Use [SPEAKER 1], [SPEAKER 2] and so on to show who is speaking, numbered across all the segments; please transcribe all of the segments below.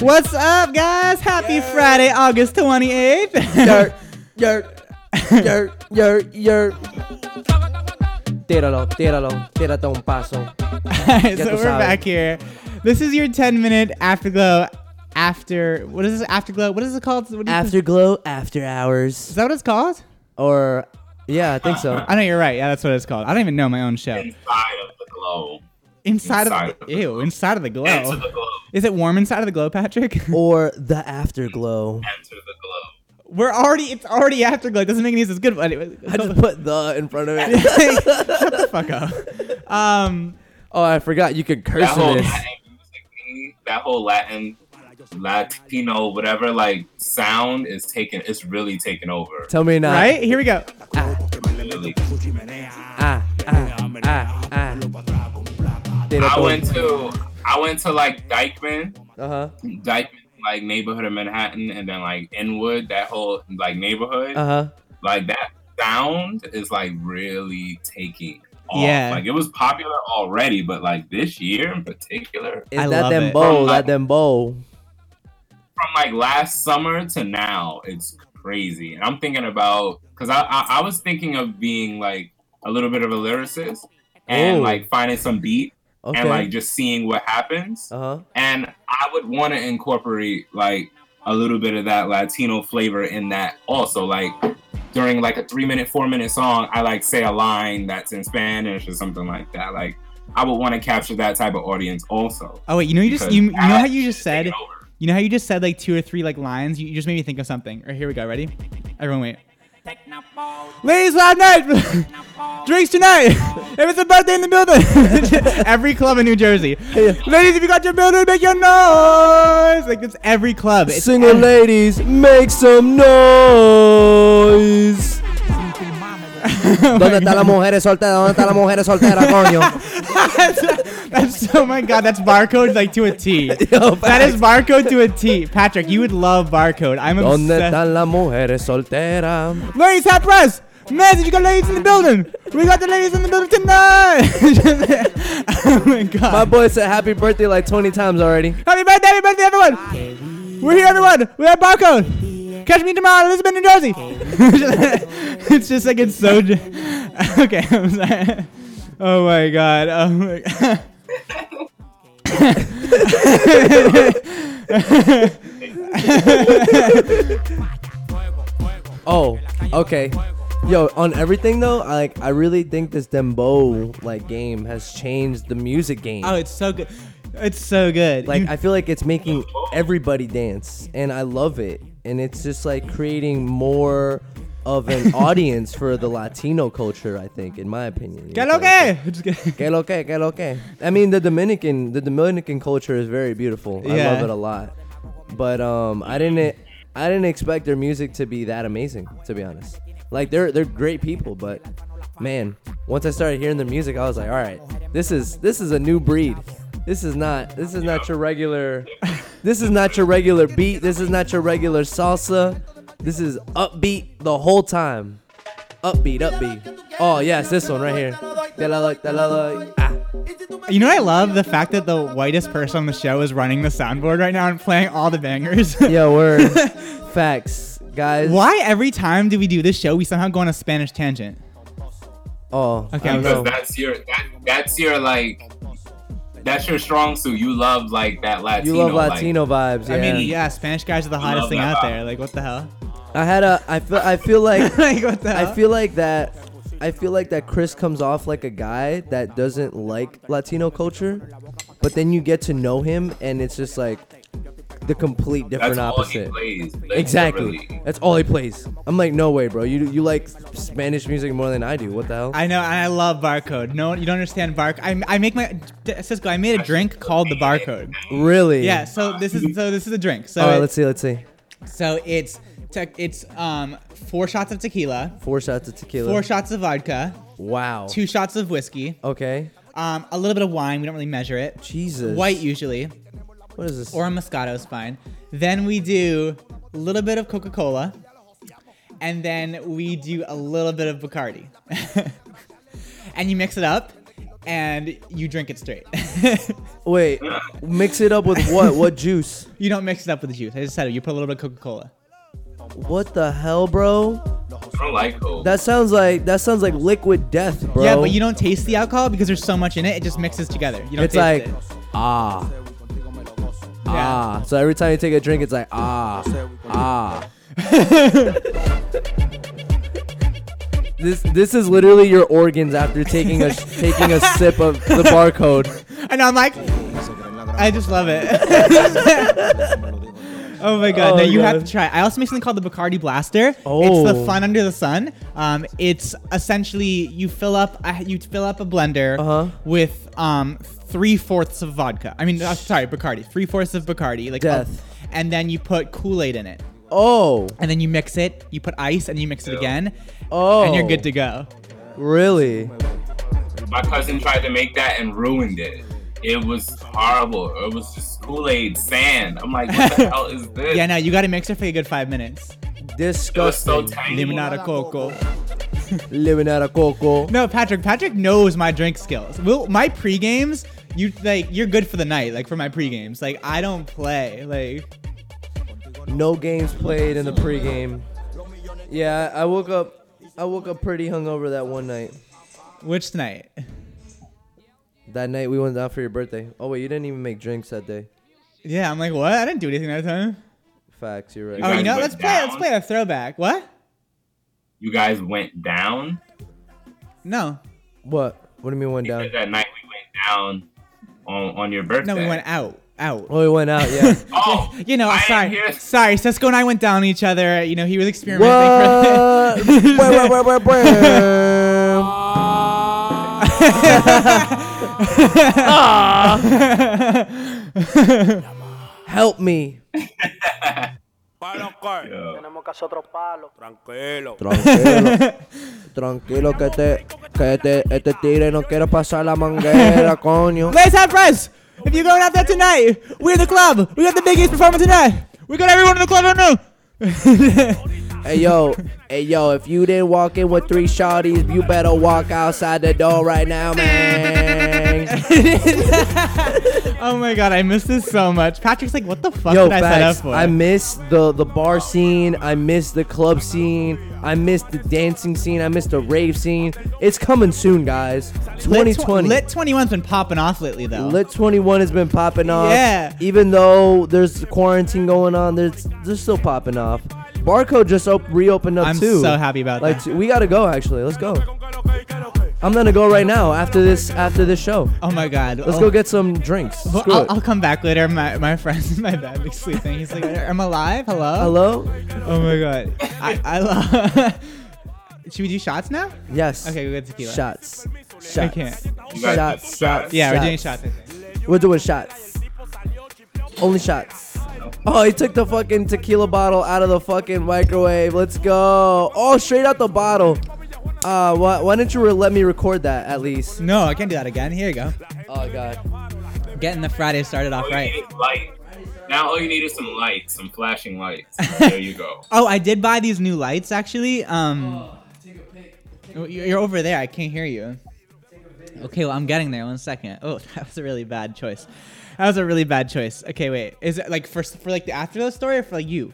[SPEAKER 1] What's up, guys? Happy Friday, August 28th.
[SPEAKER 2] Yerk, yerk, yerk, yerk, yerk. Tíralo, tíralo, tírate un paso.
[SPEAKER 1] so
[SPEAKER 2] tú
[SPEAKER 1] we're
[SPEAKER 2] sabes.
[SPEAKER 1] back here. This is your 10 minute afterglow. After what is this afterglow? What is it called? What do you-
[SPEAKER 2] Afterglow, after
[SPEAKER 1] is
[SPEAKER 2] hours,
[SPEAKER 1] that what it's called?
[SPEAKER 2] or yeah, I think so.
[SPEAKER 1] I know you're right. Yeah, that's what it's called. I don't even know my own show.
[SPEAKER 3] inside of the glow.
[SPEAKER 1] Inside,
[SPEAKER 3] Inside
[SPEAKER 1] of the, ew, inside of the glow.
[SPEAKER 2] Oh.
[SPEAKER 3] Enter the glow.
[SPEAKER 1] Is it warm inside of the glow, Patrick?
[SPEAKER 2] Or the afterglow.
[SPEAKER 3] Enter the glow.
[SPEAKER 1] We're already it's already afterglow. It doesn't make any sense. It's good. but Anyway,
[SPEAKER 2] I just Uh, put the in front of it.
[SPEAKER 1] shut the fuck up. Um,
[SPEAKER 2] Oh, I forgot you could
[SPEAKER 3] That
[SPEAKER 2] curse
[SPEAKER 3] whole
[SPEAKER 2] in this.
[SPEAKER 3] Latin music thing, that whole Latin, Latino, whatever, like sound is taken. It's really taken over.
[SPEAKER 2] Tell me not.
[SPEAKER 1] right here we go.
[SPEAKER 3] Really.
[SPEAKER 2] Ah, ah, ah, ah. Tírate
[SPEAKER 3] I
[SPEAKER 2] un-
[SPEAKER 3] went to I went to like Dykeman,
[SPEAKER 2] Uh-huh.
[SPEAKER 3] Dykeman like neighborhood of Manhattan, and then like Inwood, that whole like neighborhood.
[SPEAKER 2] Uh-huh.
[SPEAKER 3] Like that sound is like really taking. Off.
[SPEAKER 1] Yeah.
[SPEAKER 3] Like it was popular already, but like this year in particular,
[SPEAKER 2] Is
[SPEAKER 1] I
[SPEAKER 2] that
[SPEAKER 1] love
[SPEAKER 2] them
[SPEAKER 1] it.
[SPEAKER 2] bow?
[SPEAKER 3] From
[SPEAKER 2] That
[SPEAKER 3] like-
[SPEAKER 2] them bow.
[SPEAKER 3] from like last summer to now, it's crazy. And I'm thinking about because I, I I was thinking of being like a little bit of a lyricist and
[SPEAKER 2] Oh.
[SPEAKER 3] like finding some beat
[SPEAKER 2] Okay.
[SPEAKER 3] and like just seeing what happens.
[SPEAKER 2] uh-huh.
[SPEAKER 3] And I would want to incorporate like a little bit of that Latino flavor in that also. Like during like a three minute, four minute song, I like say a line that's in Spanish or something like that. Like I would want to capture that type of audience also.
[SPEAKER 1] Oh wait, you know you just
[SPEAKER 3] Because
[SPEAKER 1] you, you know
[SPEAKER 3] that
[SPEAKER 1] how you
[SPEAKER 3] is
[SPEAKER 1] just said
[SPEAKER 3] taking over.
[SPEAKER 1] you know how you just said like two or three like lines. You, you just made me think of something. Or here we go. Ready? Everyone wait. Ladies live night, drinks tonight. if it's a birthday in the building, every club in New Jersey. Ladies, if you got your building, make your noise. Like it's every club. It's
[SPEAKER 2] Single
[SPEAKER 1] ev-
[SPEAKER 2] ladies, make some noise. ¿Dónde están las mujeres solteras? ¿Dónde están las mujeres solteras, coño?
[SPEAKER 1] that's, that's- oh my god, that's barcode like to a T. that is barcode to a T. Patrick, you would love barcode. I'm
[SPEAKER 2] ¿Dónde
[SPEAKER 1] obsessed.
[SPEAKER 2] están las mujeres solteras?
[SPEAKER 1] Ladies, hot press. Man, did you got ladies in the building? We got the ladies in the building tonight. oh my
[SPEAKER 2] My
[SPEAKER 1] god.
[SPEAKER 2] Ah, boy said happy birthday like 20 times already.
[SPEAKER 1] happy birthday, happy birthday, everyone. We're here, everyone. We have barcode. Catch me tomorrow, in Elizabeth, New Jersey. it's just like it's so. j okay, I'm sorry. Oh my god. Oh my god.
[SPEAKER 2] Oh, okay. Yo, on everything though, I, like I really think this Dembo like game has changed the music game.
[SPEAKER 1] Oh, it's so good. It's so good.
[SPEAKER 2] Like
[SPEAKER 1] You-
[SPEAKER 2] I feel like it's making everybody dance, and I love it. And it's just like creating more of an audience for the Latino culture. I think, in my opinion. You
[SPEAKER 1] Get
[SPEAKER 2] know what I'm saying?
[SPEAKER 1] okay. Just kidding.
[SPEAKER 2] Que lo que, que lo que. I mean, the Dominican, the Dominican culture is very beautiful. I
[SPEAKER 1] Yeah.
[SPEAKER 2] love it a lot. But um, I didn't, I didn't expect their music to be that amazing. To be honest, like they're they're great people, but man, once I started hearing their music, I was like, all right, this is this is a new breed. This is not this is not your regular, this is not your regular beat. This is not your regular salsa. This is upbeat the whole time upbeat, upbeat. Oh yes, this one right here. That I like, that I like. Ah.
[SPEAKER 1] You know what I love? The fact that the whitest person on the show is running the soundboard right now and playing all the bangers.
[SPEAKER 2] Yo, word. Facts, guys.
[SPEAKER 1] Why every time do we do this show, we somehow go on a Spanish tangent?
[SPEAKER 2] Oh,
[SPEAKER 1] Okay,
[SPEAKER 2] I don't know.
[SPEAKER 3] because that's your that, that's your like that's your strong suit. You love like that Latino.
[SPEAKER 2] You love
[SPEAKER 3] like-
[SPEAKER 2] Latino vibes. Yeah.
[SPEAKER 1] I
[SPEAKER 2] I
[SPEAKER 1] mean, yeah, Spanish guys are the hottest
[SPEAKER 3] love
[SPEAKER 1] thing
[SPEAKER 3] that
[SPEAKER 1] out
[SPEAKER 3] vibe.
[SPEAKER 1] there. Like, what the hell?
[SPEAKER 2] had a. I feel. I feel like.
[SPEAKER 1] like, what the hell?
[SPEAKER 2] I feel like that. I feel like that Chris comes off like a guy that doesn't like Latino culture, but then you get to know him, and it's just like the complete
[SPEAKER 3] that's
[SPEAKER 2] different
[SPEAKER 3] all
[SPEAKER 2] opposite.
[SPEAKER 3] he plays. like,
[SPEAKER 2] Exactly.
[SPEAKER 3] literally.
[SPEAKER 2] That's all he plays. I'm like, no way, bro. You you like Spanish music more than I do. What the hell?
[SPEAKER 1] I know, and I love barcode. No, you don't understand barcode. I, I make my D- Cisco. I made a drink called the barcode.
[SPEAKER 2] really?
[SPEAKER 1] Yeah. So this is so this is a drink. So
[SPEAKER 2] All right,
[SPEAKER 1] it-
[SPEAKER 2] let's see. Let's see.
[SPEAKER 1] so it's te- it's um four shots of tequila,
[SPEAKER 2] Four shots of tequila.
[SPEAKER 1] four shots of vodka,
[SPEAKER 2] Wow.
[SPEAKER 1] two shots of whiskey,
[SPEAKER 2] Okay.
[SPEAKER 1] um, a little bit of wine. We don't really measure it.
[SPEAKER 2] Jesus.
[SPEAKER 1] White usually,
[SPEAKER 2] What is this?
[SPEAKER 1] or a Moscato is fine. Then we do a little bit of Coca Cola, and then we do a little bit of Bacardi, and you mix it up, and you drink it straight.
[SPEAKER 2] Wait, mix it up with what? What juice?
[SPEAKER 1] you don't mix it up with the juice. I just said it. You put a little bit of Coca Cola.
[SPEAKER 2] What the hell, bro?
[SPEAKER 3] I don't like Coke.
[SPEAKER 2] That sounds like that sounds like liquid death, bro.
[SPEAKER 1] Yeah, but you don't taste the alcohol because there's so much in it. It just mixes together. You don't
[SPEAKER 2] It's
[SPEAKER 1] taste
[SPEAKER 2] like
[SPEAKER 1] it.
[SPEAKER 2] ah ah. So every time you take a drink, it's like ah ah. This, this is literally your organs after taking a taking a sip of the barcode.
[SPEAKER 1] And I'm like, I just love it. oh my god!
[SPEAKER 2] Oh
[SPEAKER 1] no, you
[SPEAKER 2] God.
[SPEAKER 1] have to try. it. I also make something called the Bacardi Blaster. It's
[SPEAKER 2] Oh.
[SPEAKER 1] the fun under the sun. Um, it's essentially you fill up a, you fill up a blender
[SPEAKER 2] Uh-huh.
[SPEAKER 1] with um three fourths of vodka. I mean, uh, sorry, Bacardi. Three fourths of Bacardi, like
[SPEAKER 2] Death.
[SPEAKER 1] and then you put Kool Aid in it,
[SPEAKER 2] Oh
[SPEAKER 1] and then you mix it. You put ice, and you mix it again,
[SPEAKER 2] oh.
[SPEAKER 1] and you're good to go.
[SPEAKER 2] Really?
[SPEAKER 3] My cousin tried to make that and ruined it. It was horrible. It was just Kool Aid sand. I'm like, what the hell is this?
[SPEAKER 1] Yeah, no, you got to mix it for a good five minutes.
[SPEAKER 3] it was so
[SPEAKER 2] Disgusting.
[SPEAKER 3] tiny.
[SPEAKER 1] Limonada coco.
[SPEAKER 2] Living out of coco.
[SPEAKER 1] No, Patrick. Patrick knows my drink skills. Will my pre games? You like you're good for the night. Like for my pre games. Like I don't play. Like
[SPEAKER 2] No games played in the pregame. Yeah, I woke up. I woke up pretty hungover that one night.
[SPEAKER 1] which night?
[SPEAKER 2] That night we went out for your birthday. Oh wait, you didn't even make drinks that day.
[SPEAKER 1] Yeah, I'm like what? I didn't do anything that time.
[SPEAKER 2] Facts, you're
[SPEAKER 1] Oh,
[SPEAKER 2] right.
[SPEAKER 3] guys
[SPEAKER 1] you know,
[SPEAKER 3] went
[SPEAKER 1] let's play. Let's
[SPEAKER 3] down?
[SPEAKER 1] play a throwback. What?
[SPEAKER 3] You guys went down.
[SPEAKER 1] No,
[SPEAKER 2] What? What do you mean went down?
[SPEAKER 3] Because that night we went down on on your birthday.
[SPEAKER 1] no, we went out. Out.
[SPEAKER 2] Oh, we went out. Yeah.
[SPEAKER 3] Oh,
[SPEAKER 1] you know,
[SPEAKER 3] I didn't
[SPEAKER 1] sorry,
[SPEAKER 3] hear-
[SPEAKER 1] sorry. Cisco and I went down on each other. You know, he was experimenting.
[SPEAKER 2] what? Wah, wah, wah, wah, wah. Help me.
[SPEAKER 4] Palo Car.
[SPEAKER 3] Yo,
[SPEAKER 5] Tenemos que hacer otro palo.
[SPEAKER 4] Tranquilo.
[SPEAKER 2] Tranquilo. Tranquilo que te que te este tigre no quiere pasar la manguera, coño.
[SPEAKER 1] Ladies and friends, if you're going out there tonight, we're the club. We got the biggest performer tonight. We got everyone in the club right now.
[SPEAKER 2] Hey yo, hey yo, if you didn't walk in with three shawties, you better walk outside the door right now, man.
[SPEAKER 1] Oh my god, I miss this so much. Patrick's like, what the fuck
[SPEAKER 2] yo,
[SPEAKER 1] did I set up
[SPEAKER 2] facts.
[SPEAKER 1] for?
[SPEAKER 2] I miss the the bar scene. I miss the club scene. I miss the dancing scene. I miss the rave scene. It's coming soon, guys.
[SPEAKER 1] Lit tw-
[SPEAKER 2] 2020.
[SPEAKER 1] Lit 21's been popping off lately though.
[SPEAKER 2] Lit 21 has been popping off.
[SPEAKER 1] Yeah.
[SPEAKER 2] Even though there's quarantine going on, there's they're still popping off. Barcode just op- reopened up
[SPEAKER 1] I'm
[SPEAKER 2] too.
[SPEAKER 1] so happy about
[SPEAKER 2] like,
[SPEAKER 1] that.
[SPEAKER 2] t- we gotta go actually. Let's go. I'm gonna go right now after this after this show.
[SPEAKER 1] oh my god.
[SPEAKER 2] Let's go get some drinks.
[SPEAKER 1] Well,
[SPEAKER 2] Screw
[SPEAKER 1] I'll,
[SPEAKER 2] it.
[SPEAKER 1] I'll come back later. My my friend's in my bed like sleeping. He's like, I'm alive. Hello.
[SPEAKER 2] Hello?
[SPEAKER 1] Oh my god. I, I love. Should we do shots now?
[SPEAKER 2] Yes.
[SPEAKER 1] Okay, we'll get tequila.
[SPEAKER 2] Shots. Shots.
[SPEAKER 1] I can't.
[SPEAKER 3] You guys
[SPEAKER 2] Shots,
[SPEAKER 3] did
[SPEAKER 2] shots.
[SPEAKER 1] Yeah, we're doing
[SPEAKER 2] Shots.
[SPEAKER 1] shots. I think.
[SPEAKER 2] We're doing shots. Only shots. Oh, he took the fucking tequila bottle out of the fucking microwave. Let's go. Oh, straight out the bottle. Uh, why, why didn't you re- let me record that at least?
[SPEAKER 1] No, I can't do that again. Here you go.
[SPEAKER 2] Oh god.
[SPEAKER 1] Getting the Friday started off
[SPEAKER 3] All
[SPEAKER 1] right.
[SPEAKER 3] you need is light. Now all you need is some lights, some flashing lights. There you go.
[SPEAKER 1] Oh, I did buy these new lights actually. Um, Oh, you- you're over there. I can't hear you. Okay, well I'm getting there. One second. Oh, that was a really bad choice. That was a really bad choice. Okay, wait. Is it like for for like the afterlife story or for like you?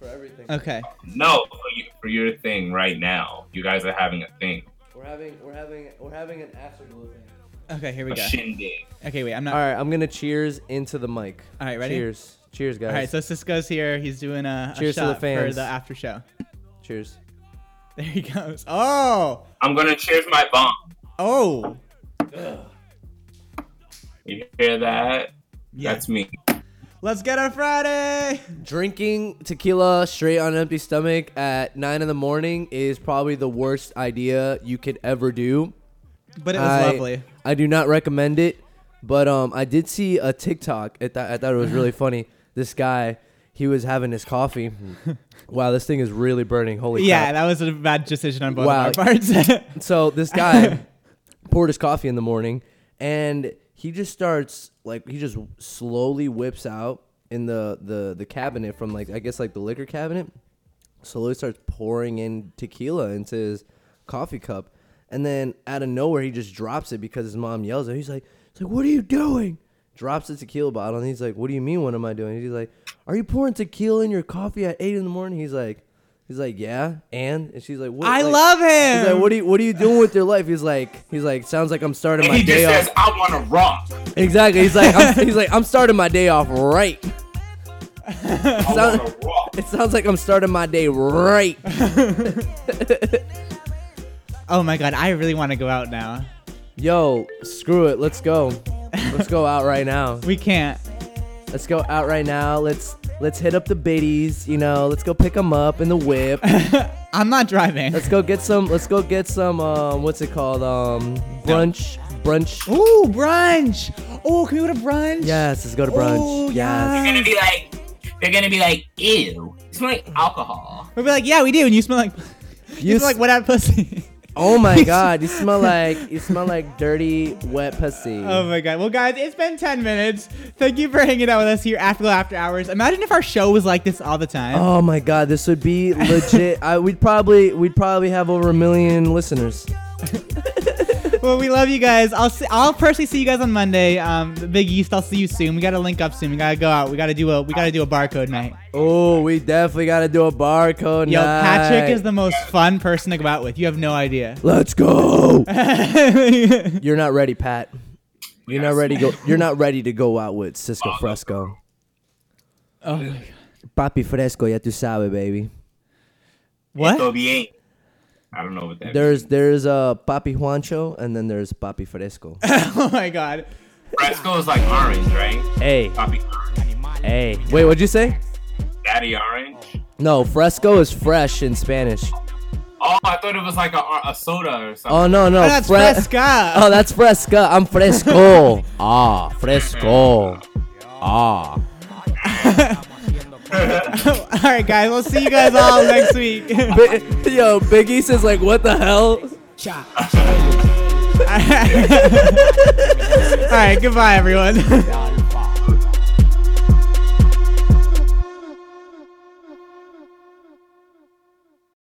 [SPEAKER 2] For everything.
[SPEAKER 1] Okay.
[SPEAKER 3] No, for, you, for your thing right now. You guys are having a thing,
[SPEAKER 2] We're having we're having we're having an afterglow thing.
[SPEAKER 1] Okay, here we
[SPEAKER 3] a
[SPEAKER 1] go.
[SPEAKER 3] shindig.
[SPEAKER 1] Okay, wait. I'm not.
[SPEAKER 2] All right, I'm gonna cheers into the mic.
[SPEAKER 1] All right, ready?
[SPEAKER 2] Cheers. Cheers, guys.
[SPEAKER 1] All right, so Cisco's here. He's doing a, a
[SPEAKER 2] Cheers to
[SPEAKER 1] shot
[SPEAKER 2] the
[SPEAKER 1] for
[SPEAKER 2] fans.
[SPEAKER 1] the after show.
[SPEAKER 2] cheers.
[SPEAKER 1] There he goes. Oh,
[SPEAKER 3] I'm gonna cheers my bomb.
[SPEAKER 1] oh,
[SPEAKER 3] You hear that?
[SPEAKER 1] yeah.
[SPEAKER 3] That's me.
[SPEAKER 1] Let's get a Friday.
[SPEAKER 2] Drinking tequila straight on an empty stomach at nine in the morning is probably the worst idea you could ever do.
[SPEAKER 1] But it was
[SPEAKER 2] I,
[SPEAKER 1] lovely.
[SPEAKER 2] I do not recommend it, but um, I did see a TikTok. I thought, I thought it was really funny. This guy, he was having his coffee. wow, this thing is really burning. Holy
[SPEAKER 1] Yeah,
[SPEAKER 2] crap.
[SPEAKER 1] that was a bad decision on both
[SPEAKER 2] Wow.
[SPEAKER 1] of our parts.
[SPEAKER 2] So this guy poured his coffee in the morning, and he just starts like he just slowly whips out in the the the cabinet from like I guess like the liquor cabinet. Slowly starts pouring in tequila into his coffee cup, And then out of nowhere, he just drops it because his mom yells at him. He's like, he's like, what are you doing? Drops the tequila bottle. And he's like, what do you mean, what am I doing? He's like, are you pouring tequila in your coffee at 8 in the morning? He's like, he's like, yeah. And? And she's like, what?
[SPEAKER 1] I
[SPEAKER 2] like-
[SPEAKER 1] love
[SPEAKER 2] He's
[SPEAKER 1] him.
[SPEAKER 2] like, what are you what are you doing with your life? He's like, he's like, sounds like I'm starting
[SPEAKER 3] And
[SPEAKER 2] my
[SPEAKER 3] he just
[SPEAKER 2] day off.
[SPEAKER 3] says, "I want to rock."
[SPEAKER 2] Exactly. He's like, I'm, he's like, I'm starting my day off right.
[SPEAKER 3] I
[SPEAKER 2] Sound-
[SPEAKER 3] want to rock.
[SPEAKER 2] It sounds like I'm starting my day right.
[SPEAKER 1] oh my god, I really want to go out now.
[SPEAKER 2] Yo, screw it. Let's go. Let's go out right now.
[SPEAKER 1] We can't.
[SPEAKER 2] Let's go out right now. Let's let's hit up the biddies. You know, let's go pick them up in the whip.
[SPEAKER 1] I'm not driving.
[SPEAKER 2] Let's go get some. Let's go get some. Um, what's it called? Um, brunch. Brunch.
[SPEAKER 1] Ooh, brunch. Oh, can we go to brunch?
[SPEAKER 2] Yes, let's go to brunch.
[SPEAKER 1] Ooh,
[SPEAKER 2] yes.
[SPEAKER 1] yes.
[SPEAKER 3] They're gonna be like, they're gonna be like, "Ew, it's like alcohol."
[SPEAKER 1] We'll be like, yeah, we do, and you smell like you,
[SPEAKER 2] You
[SPEAKER 1] smell
[SPEAKER 2] s-
[SPEAKER 1] like wet out pussy.
[SPEAKER 2] Oh my God, you smell like you smell like dirty wet pussy.
[SPEAKER 1] Oh my god. Well, guys, it's been 10 minutes. Thank you for hanging out with us here after after hours. Imagine if our show was like this all the time.
[SPEAKER 2] Oh my god, this would be legit. I, we'd probably we'd probably have over a million listeners.
[SPEAKER 1] Well, we love you guys. I'll see, I'll personally see you guys on Monday. Um, the Big East. I'll see you soon. We gotta link up soon. We gotta go out. We gotta do a we gotta do a barcode night.
[SPEAKER 2] Oh, we definitely gotta do a barcode
[SPEAKER 1] Yo,
[SPEAKER 2] night.
[SPEAKER 1] Patrick is the most fun person to go out with. You have no idea.
[SPEAKER 2] Let's go.
[SPEAKER 1] You're
[SPEAKER 2] You're not ready, Pat. You're not
[SPEAKER 3] Yes.
[SPEAKER 2] ready. Go. You're not ready to go out with Cisco Fresco.
[SPEAKER 1] Oh my God.
[SPEAKER 2] Papi Fresco, ya tu sabe, baby.
[SPEAKER 1] what?
[SPEAKER 3] So be ain't. I don't know what that.
[SPEAKER 2] There's there's uh Papi Juancho and then there's Papi Fresco.
[SPEAKER 1] Oh my god.
[SPEAKER 3] means. Fresco is like orange, right?
[SPEAKER 2] hey,
[SPEAKER 3] Poppy,
[SPEAKER 2] hey. Wait, what'd you say?
[SPEAKER 3] daddy orange.
[SPEAKER 2] No, Fresco is fresh in Spanish.
[SPEAKER 3] Oh, I thought it was like a, a soda or something.
[SPEAKER 2] Oh no no.
[SPEAKER 1] Oh, that's
[SPEAKER 2] fre-
[SPEAKER 1] Fresca.
[SPEAKER 2] Oh, that's fresca. I'm fresco. ah, fresco. Ah.
[SPEAKER 1] all right, guys. We'll see you guys all next week.
[SPEAKER 2] Yo, Big East is like, what the hell?
[SPEAKER 1] all right. Goodbye, everyone.